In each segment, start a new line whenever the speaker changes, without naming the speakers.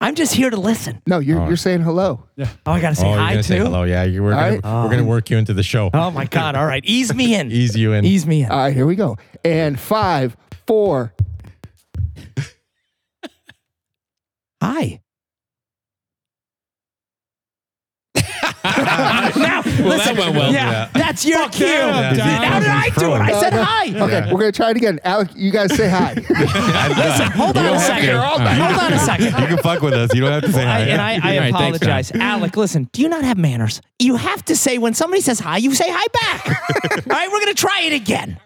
I'm just here to listen.
No, you're,
Oh.
you're saying hello.
Oh, I got to say
oh, you're
hi
gonna
too.
say hello. Yeah, you, we're
All
gonna
right.
we're gonna work you into the show.
Oh my God! All right, ease me in.
Ease you in.
Ease me in.
All right, here we go. And five, four.
hi. now, listen.
went well.
Yeah,
Yeah.
that's your cue.
yeah,
Dom.
How did I do it? I said hi.
Okay, we're gonna try it again. Alec, you guys say hi.
Listen, hold
uh,
on
You don't
a
have
second.
to. All right.
Hold on a second.
You can fuck with us. You don't have to
I,
say hi.
and I, I
All right, thanks, Dom.
apologize. Alec, listen, do you not have manners? You have to say when somebody says hi, you say hi back. All right, we're going to try it again.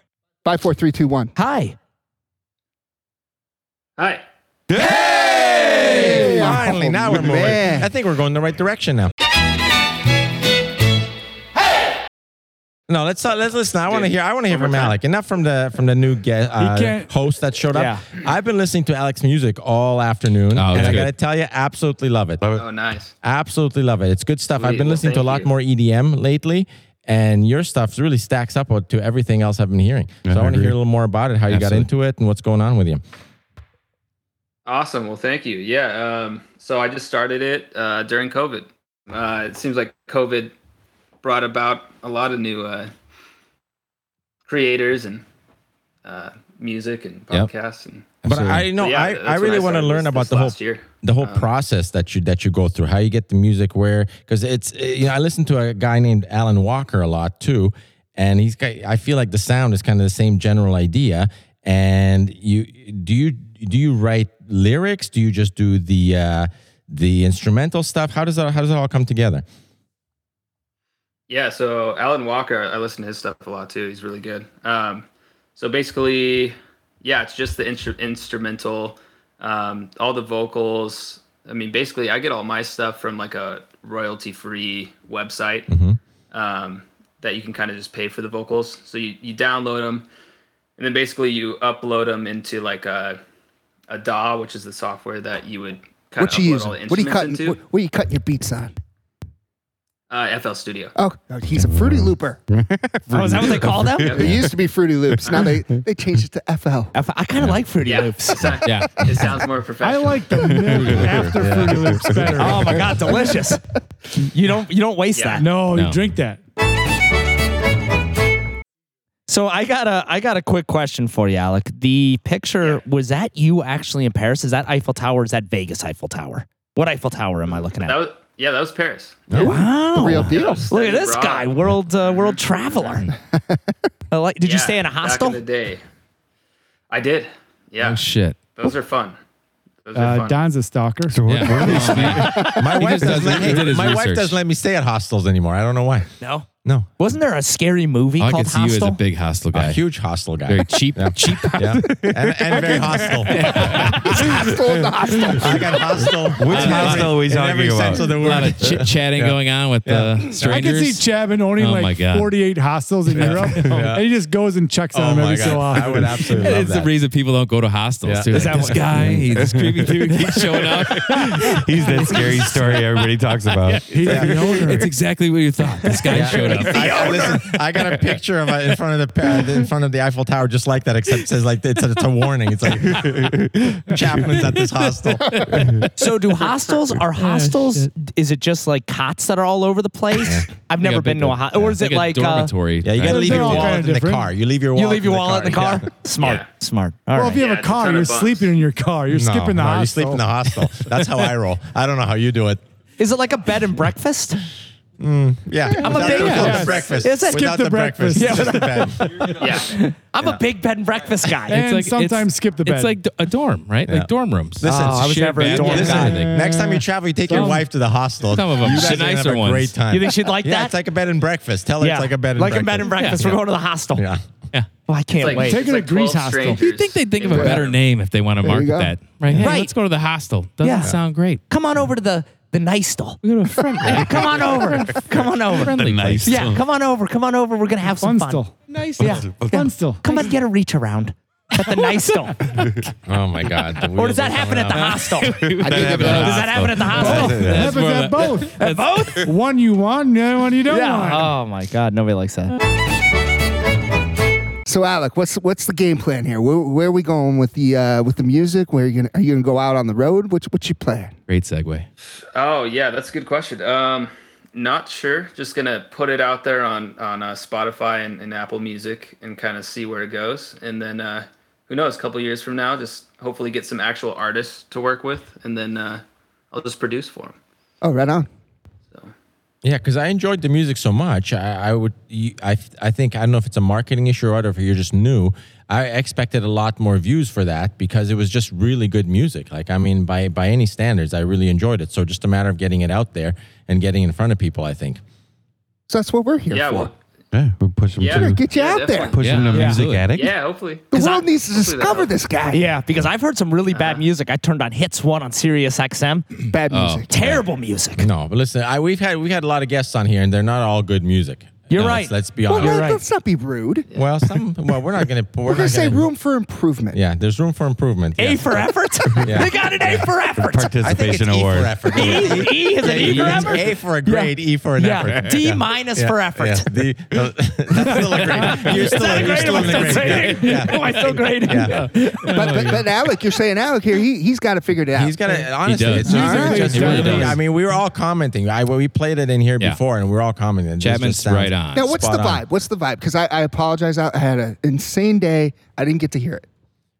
Five, four, three, two, one.
Hi.
Hi.
Hey!
Hey!
Finally, now we're moving.
Man.
I think we're going the right direction now. No, let's not, let's listen. I want to hear. I want to hear from Alec, and not from the from the new guest uh,
can't-
host that showed up.
Yeah.
I've been listening to Alec's music all afternoon,
Oh,
and
that's
I
good.
gotta tell you, absolutely love it.
Oh, nice.
Absolutely love it. It's good stuff. I've
Sweet.
been
Well,
listening to a
thank
lot
you.
more EDM lately, and your stuff really stacks up to everything else I've been hearing. So
Yeah,
I,
I
want to hear a
agree.
little more about it, how you
Absolutely.
got into it, and what's going on with you.
Awesome. Well, thank you. Yeah. Um, so I just started it uh, during COVID. Uh, it seems like COVID brought about a lot of new uh, creators and uh, music and
Yep.
podcasts. And
But
Absolutely.
I know
But yeah,
I,
that's
I
when
really want to
started
learn
this-
about
this
the whole
last year.
the whole
Um,
process that you that you go through, how you get the music, where because it's eh, you know I listen to a guy named Alan Walker a lot too, and he's got I feel like the sound is kind of the same general idea. And you do you do you write lyrics? Do you just do the uh, the instrumental stuff? How does that how does it all come together?
Yeah, so Alan Walker, I listen to his stuff a lot too. He's really good. Um, so basically, yeah, it's just the instru- instrumental, um, all the vocals. I mean, basically, I get all my stuff from like a royalty free website
Mhm.
Mm-hmm.
um, that you can kind of just pay for the vocals. So you, you download them and then basically you upload them into like a, a DAW, which is the software that you would kind
What
of
you
upload all the
using? What are you
instruments
cutting?
into.
What, what are you cutting your beats on?
Uh, FL Studio.
Oh, no, he's a Fruity Looper.
Oh, is that what they call them?
It used to be Fruity Loops. Now they they changed it to FL.
I I kind of like Fruity
Yeah,
Loops.
exactly.
Yeah.
it sounds more
I
professional.
like the milk after Fruity Loops better.
Oh my God, delicious! You don't you don't waste
Yeah.
that.
No,
No.
you drink that.
So I got a I got a quick question for you, Alec. The picture was that you actually in Paris? Is that Eiffel Tower? Is that Vegas Eiffel Tower? What Eiffel Tower am I looking
That
at?
was yeah, that was Paris.
Wow,
The real deal.
Look at this
Rob.
guy, world uh, world traveler. I like- Did you
Yeah,
stay in a hostel?
Back in the day, I did. Yeah,
Oh shit.
those are fun. Those are
Uh,
fun.
Don's a stalker.
Yeah. my wife
just
doesn't
does- he
let me,
did his
my wife
research.
doesn't let me stay at hostels anymore. I don't know why.
no.
No,
Wasn't there a scary movie
All I
called
can see you as
Hostel?
a big hostile
a
guy.
huge hostel guy.
Very cheap, cheap.
yeah, and, and very hostile.
Hostile in the hostile.
I got hostile.
Which
in
hostel
every-
are we
in every
talking about?
sense of the
A
word.
lot of chit chatting going on with the
I can
strangers.
see Chapman owning
Oh my
like
God.
48 hostels in Europe, and he just goes and checks on them every so often.
Oh I would absolutely love
it's the reason people don't go to hostels.
Yeah.
Too.
Is
Like,
that
this
what-
guy, he's this creepy dude, keeps showing up.
He's that scary story everybody talks about.
He's the owner.
it's exactly what you thought. This guy showed up.
I, I- listen, I got a picture of it in front of the uh, in front of the Eiffel Tower, just like that. Except it says like it's a, it's a warning. It's like Chapman's at this hostel.
so do hostels? Are hostels? is it just like cots that are all over the place? I've
Like
never been to a hostel. Or is
like
it like
a
uh,
dormitory?
Yeah, you got to
They're
leave your
all
wallet
kinda
in the
different.
car. You leave your wallet.
you leave your wallet in the car? Smart,
Yeah.
smart. All
well,
right.
if you have
Yeah,
a
it's a
car,
ton of
you're
bucks.
sleeping in your car. You're
No,
skipping
no,
the hostel.
you sleep in the hostel. That's how I roll. I don't know how you do it.
Is it like a bed and breakfast?
Yeah,
I'm a
without,
big-
without
Yes.
the breakfast.
It's a- Skip
without
the
breakfast.
breakfast.
Just the bed.
yeah,
I'm a big bed and breakfast guy.
And sometimes skip the bed.
It's like d- a dorm, right?
Yeah.
Like dorm rooms.
Listen,
Oh, I was
Shared
never a
bathroom.
dorm
Listen,
guy.
I think.
next time you travel, you take your
Some-
wife to the hostel.
some of 'em.
You
The
guys are gonna have
nicer
a great
ones.
time.
You think she'd like
yeah,
that?
it's like a bed and breakfast. Tell her it's like a bed and
like
breakfast.
a bed and breakfast.
Yeah.
We're going to the hostel.
Yeah.
Yeah.
Oh, I can't
It's
wait.
Take it to Greece
12
hostel. You'd
You'd think they'd think of a
Yeah.
better name if they want to
you
market
go.
that. Right. Hey,
Right.
Let's go to the hostel. Doesn't
Yeah.
sound great.
Come on over to the the nice stall.
We go to a friend.
Come on over. Come on over.
friendly nice place.
Yeah, come on over. Come on over. We're gonna have some
fun
fun.
still.
Nice.
Yeah.
Fun still.
Come on, get a reach around at the nice stall.
Oh my god.
Or does that happen at the hostel? Does
I think
happened.
about-
that happen at the hostel?
Happens
more
at
like-
both.
At both?
one you want, the other one you don't want.
Oh my God, nobody likes that.
So Alec, what's what's the game plan here? Where, where are we going with the uh, with the music? Where are you gonna are you gonna go out on the road? What's what's your plan?
Great segue.
Oh yeah, that's a good question. Um, not sure. Just gonna put it out there on on uh, Spotify and, and Apple Music and kind of see where it goes. And then uh, who knows? A couple years from now, just hopefully get some actual artists to work with, and then uh, I'll just produce for them.
Oh, right on.
Yeah, because I enjoyed the music so much. I, I would, you- I, I think I don't know if it's a marketing issue or if you're just new. I expected a lot more views for that because it was just really good music. Like I mean, by by any standards, I really enjoyed it. So just a matter of getting it out there and getting in front of people. I think.
So that's what we're here
yeah,
for.
well,
Yeah, we push him
Yeah.
We're
to
gonna get you
Yeah,
out there.
definitely.
push him
Yeah.
to
Yeah.
music
Absolutely.
addict.
yeah, hopefully.
The world needs to
hopefully that
discover
helps.
this guy.
Yeah, because I've heard some really bad music. I turned on Hits One on Sirius XM.
Bad music.
Terrible music.
No, but listen, I, we've had we've had a lot of guests on here, and they're not all good music.
You're
Now,
right.
Let's, let's be
Well,
honest.
let-
right.
let's not be rude.
Well, some. Well, we're not gonna. We're,
We're
not
gonna say
gonna-
room for improvement.
Yeah, there's room for improvement.
A
yeah.
for effort.
Yeah.
They got an A for effort.
I think it's
Participation
E for
award.
effort.
E, E is an E for
It's
effort.
A for a grade, E for an
yeah.
effort.
D minus for effort.
Yeah, the, that's still a grade. You're
Is
still,
that a
you're
grade?
still
Am
in
I
the
still
grade.
graded? Am Oh, I still graded?
Yeah.
But, but, but Alec, you're saying Alec here, he, he's got it figured out.
He's got to, honestly,
does.
it's
He
not
really
just
does.
really-
He really does.
I mean, we were all commenting. I, we played it in here
Yeah.
before and we were all commenting. It just uh,
Chapman's
sounds-
right on.
now, what's the
spot on.
vibe? What's the vibe? Because I, I apologize. I I had an insane day. I didn't get to hear it.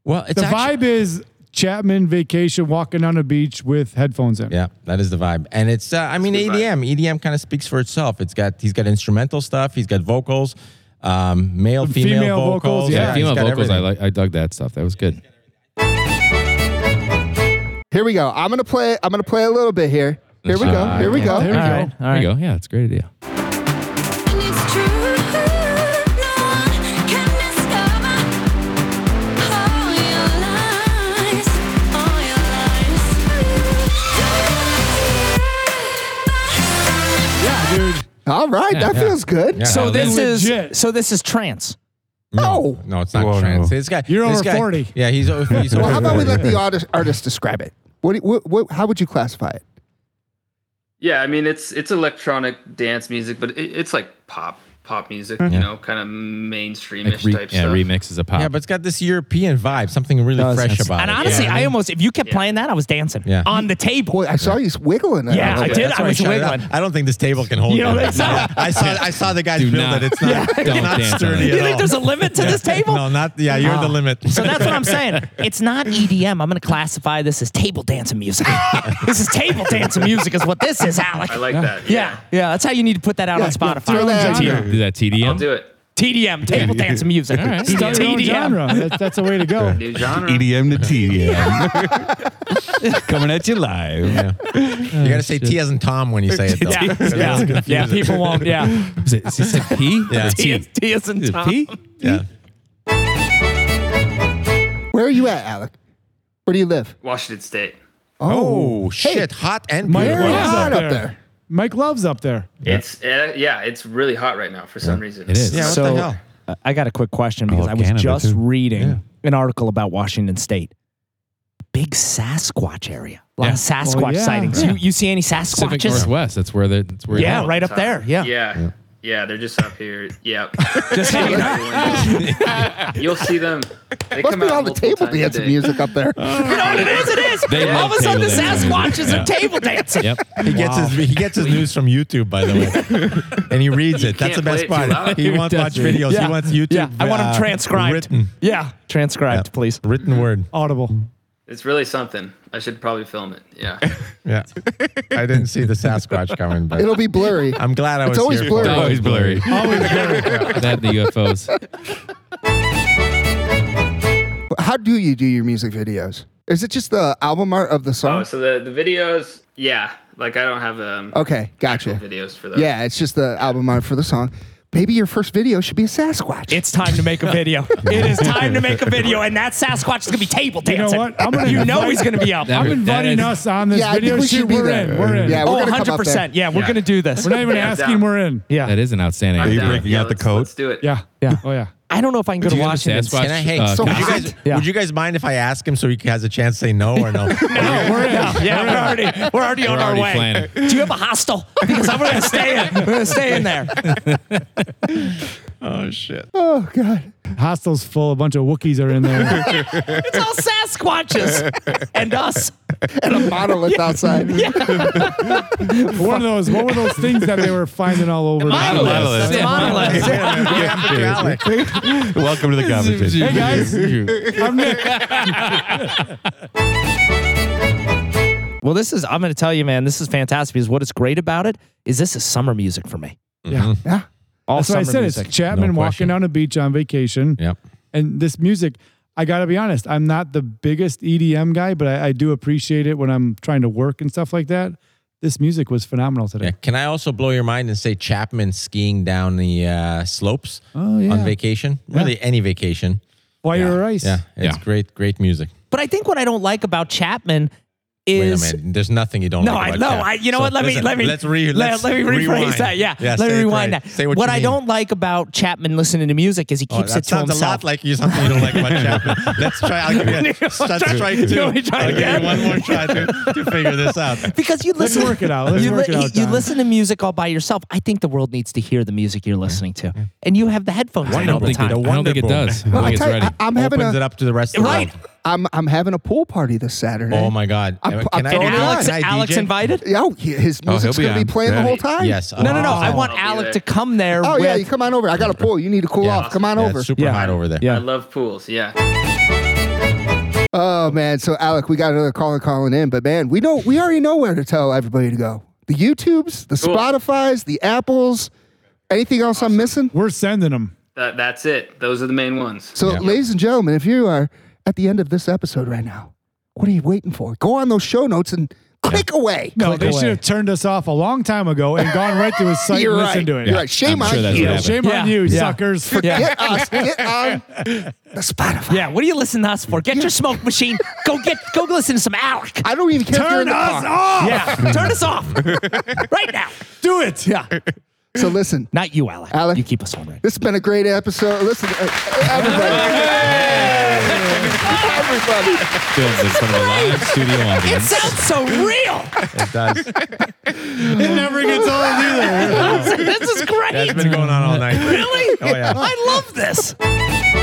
Well, it's
The
actually-
vibe is Chapman vacation, walking on a beach with headphones in.
Yeah, that is the vibe, and it's. Uh, I mean,
good vibe.
EDM. EDM kind of speaks for itself. It's got he's got instrumental stuff. He's got vocals, um, male, female,
Female vocals,
vocals.
yeah.
he's
Female
got
vocals, I
everything.
like. I dug that stuff. That was good.
Here we go. I'm gonna play. I'm gonna play a little bit here. Here we
Uh,
go. Here we
There
go.
we
All
go.
right. All
There
right.
you go. Yeah, it's a great idea.
And it's true, no one can discover all your lies, all your lies.
Yeah, dude.
All right. that
yeah.
feels good.
Yeah.
So
Uh,
this
legit.
is so this is trance.
No, no, it's not
Whoa,
trans.
no.
This guy,
You're
this
over
guy-
40.
Yeah, he's, o- he's
Well,
over
how about we let
40.
the artist, artist describe it? What, do- what, what? How would you classify it?
Yeah, I mean it's it's electronic dance music, but it, it's like pop pop music, you know, kind of mainstreamish
Like re-
type
yeah,
stuff.
remixes of pop.
Yeah, but it's got this European vibe, something really
Does.
fresh
That's-
about
And
it.
honestly, I almost if you kept playing that, I was dancing
Oh, Yeah.
on the table.
Boy, I saw you wiggling. it.
Yeah, I
Yeah,
did.
that's why
I was
shut it up.
wiggling.
I don't think this table can hold
You don't
it.
think so?
I saw I saw the guys
Do
feel
not-
that it's not,
Yeah. Don't
not
dance on
sturdy
it.
at
You think
all.
there's a limit to this table?
No, not yeah, you're the limit.
So that's what I'm saying. It's not EDM. I'm going to classify this as table dancing music. this is table dancing music, is what this is, Alec.
I like that.
yeah, yeah, that's how you need to put that out
Yeah,
on
yeah,
Spotify.
throw that out
Do that TDM.
yeah. I'll do it.
TDM, table dancing music.
Start your own genre. That's, that's the way to go.
New genre.
EDM to TDM. Coming at you live.
you gotta say T as in Tom when you say it though.
Yeah, yeah, yeah. People won't. Yeah,
Is it, is it said P?
Yeah.
Or
T
T.
is, T is in
Is it
Tom.
P?
Yeah.
Where are you at, Alec? Where do you live?
Washington State.
Oh shit, hot and
Mike
beautiful.
Very
Love's
hot
up
up
there.
there.
Mike Love's up there.
It's uh, yeah, it's really hot right now for some reason.
It is.
Yeah, what
So-
the hell?
Uh, I got a quick question because
love
I was
Canada,
just
too.
reading
Yeah.
an article about Washington State. Big Sasquatch area. A lot
Yeah.
of Sasquatch
yeah.
sightings. You, you see any
Pacific
Sasquatches?
Northwest. That's where the. That's where.
Yeah, right up there. Yeah.
Yeah. yeah. they're just up here. Yeah.
Just hanging out.
You'll see them. They
Must
come
be
out
all the
multiple
table
times a
dancing
day.
music up there.
You know what it is? It is.
They
All of
love
a sudden, the
table dancing.
Sasquatches
Yeah.
are table dancing.
Yep.
He gets his he gets his news from YouTube, by the way, and he reads it. That's the best
can't play it too
part.
loud.
He wants watch videos. He wants YouTube.
Yeah. I want them
uh,
transcribed.
Written,
Yeah. Transcribed, please.
written word.
Audible.
It's really something. I should probably film it. Yeah.
Yeah, I didn't see the Sasquatch coming, but
It'll be blurry.
I'm glad I was.
always
here for
blurry.
it.
Always blurry. Always blurry. that and the UFOs.
How do you do your music videos? Is it just the album art of the
Oh,
song?
so the the videos. Yeah, like I don't have um
Okay, gotcha.
videos for those.
Yeah, it's just the album art for the song. Maybe your first video should be a Sasquatch.
It's time to make a video. it is time to make a video, and that Squatch is gonna be table
You know
dancing.
what? I'm gonna
You know
invite-
he's gonna be up.
That-
I'm inviting
is-
us on this
yeah, I
video
think we
shoot.
should be
we're
there.
in. We're in.
Yeah,
Oh,
we're gonna come
100
up there.
percent. Yeah, we're
Yeah.
gonna do this.
We're not even
Yeah,
asking.
down.
We're in.
Yeah.
That is an outstanding.
I'm
you
down.
breaking out the
let's-
coat?
Let's do it.
Yeah. Yeah. Oh yeah.
I don't know if I can go to
Do you have a
Washington.
Sasquatch?
Can I, hey,
uh,
would, you
costume?
guys,
Yeah.
would you guys mind if I ask him so he has a chance to say no or
No,
no?
we're in. Yeah, we're already we're already on
We're
our
already
way.
planning.
Do you have a hostel? Because I'm gonna stay in. We're gonna stay in there.
Oh shit.
Oh God.
Hostel's full. A bunch of Wookiees are in there.
It's all Sasquatches and us.
And a monolith outside.
One of those. What were those things that they were finding all over?
Monoliths.
Monoliths.
That's a monolith.
Welcome to the conversation.
Hey guys, I'm Nick.
Well, this is, I'm going to tell you, man, this is fantastic because what is great about it is this is summer music for me.
Yeah.
Yeah.
All
That's what
summer
I said.
music.
It's Chapman
No
walking
question.
down a beach on vacation.
Yep.
And this music, I got to be honest, I'm not the biggest EDM guy, but I, I do appreciate it when I'm trying to work and stuff like that. This music was phenomenal today.
Yeah. Can I also blow your mind and say Chapman skiing down the uh, slopes
Oh, yeah.
on vacation? Really, any vacation.
While you were ice.
Yeah, it's
Yeah.
great, great music.
But I think what I don't like about Chapman
Wait a
is.
minute. There's nothing you don't
No,
like
I
about
no,
Chapman.
I you know
So
what? Let
listen,
me let me
let's re,
let-
let's
let me rephrase
rewind.
that. Yeah, let
say
me
it
rewind
right.
that.
Say what, you
I
mean.
don't like about Chapman listening to music is he
Oh,
keeps
that
it to
sounds a lot
himself.
like you something you don't like about Chapman. Let's try. I'll give you a, let's try two.
You want me to try
I'll give you
again?
one more try to, to figure this out.
because you
Let's
listen,
work it out. Let's
you,
work it
li-
out.
you
Don.
listen to music all by yourself. I think the world needs to hear the music you're listening to, and you have the headphones
I
on all
don't
the
think it, I
time.
don't think it does. I
Well, I
think it's
tell you,
ready.
I, am having
Opens it
a
up to the rest
Right.
of the
am I'm having a pool party this Saturday.
Oh my God.
I'm- I'm
Can I
throwing
do
it on.
that?
Alex,
Can I
Alex
DJ?
invited.
Yeah, oh, he- his
he'll
music's
be
gonna be
on.
playing the
Yeah.
whole time.
Yes.
No, no, no. I want
Oh, I'll be
Alec
there.
to come there.
Oh
with,
yeah, you come on over. I got a pool. You need to cool
Yeah.
off. Come on
Yeah,
over.
It's super hot over there.
I
Yeah.
love pools. Yeah.
Oh man, so Alec, we got another caller calling in, but man, we know we already know where to tell everybody to go. The YouTubes, the
Cool.
Spotify's, the Apples. Anything else I'm missing?
We're sending them.
That, that's it. Those are the main ones.
So, ladies and gentlemen, if you are at the end of this episode right now, what are you waiting for? Go on those show notes and click away.
No,
Click
they
away.
should have turned us off a long time ago and gone right to his site
You're
and
right.
listened to it.
You're right.
I'm
Shame on
sure that's
you.
what happened.
Shame on
Yeah.
you,
Yeah.
suckers.
Get us. Get on the Spotify.
Yeah, what are you listening to us for? Get your smoke machine. Go get go listen to some Alec.
I don't even care. if you're in
Turn
the
us
car.
off.
Yeah, turn us off right now.
Do it. Yeah.
So listen,
Not you, Alec.
Alec.
you keep us on right.
this has been a great episode. Listen, uh, everybody. everybody.
Filmed in front of a live studio
It
audience.
sounds so real.
It does.
It never gets old either.
this is great.
That's been going on all night.
really?
Oh, yeah.
I love this.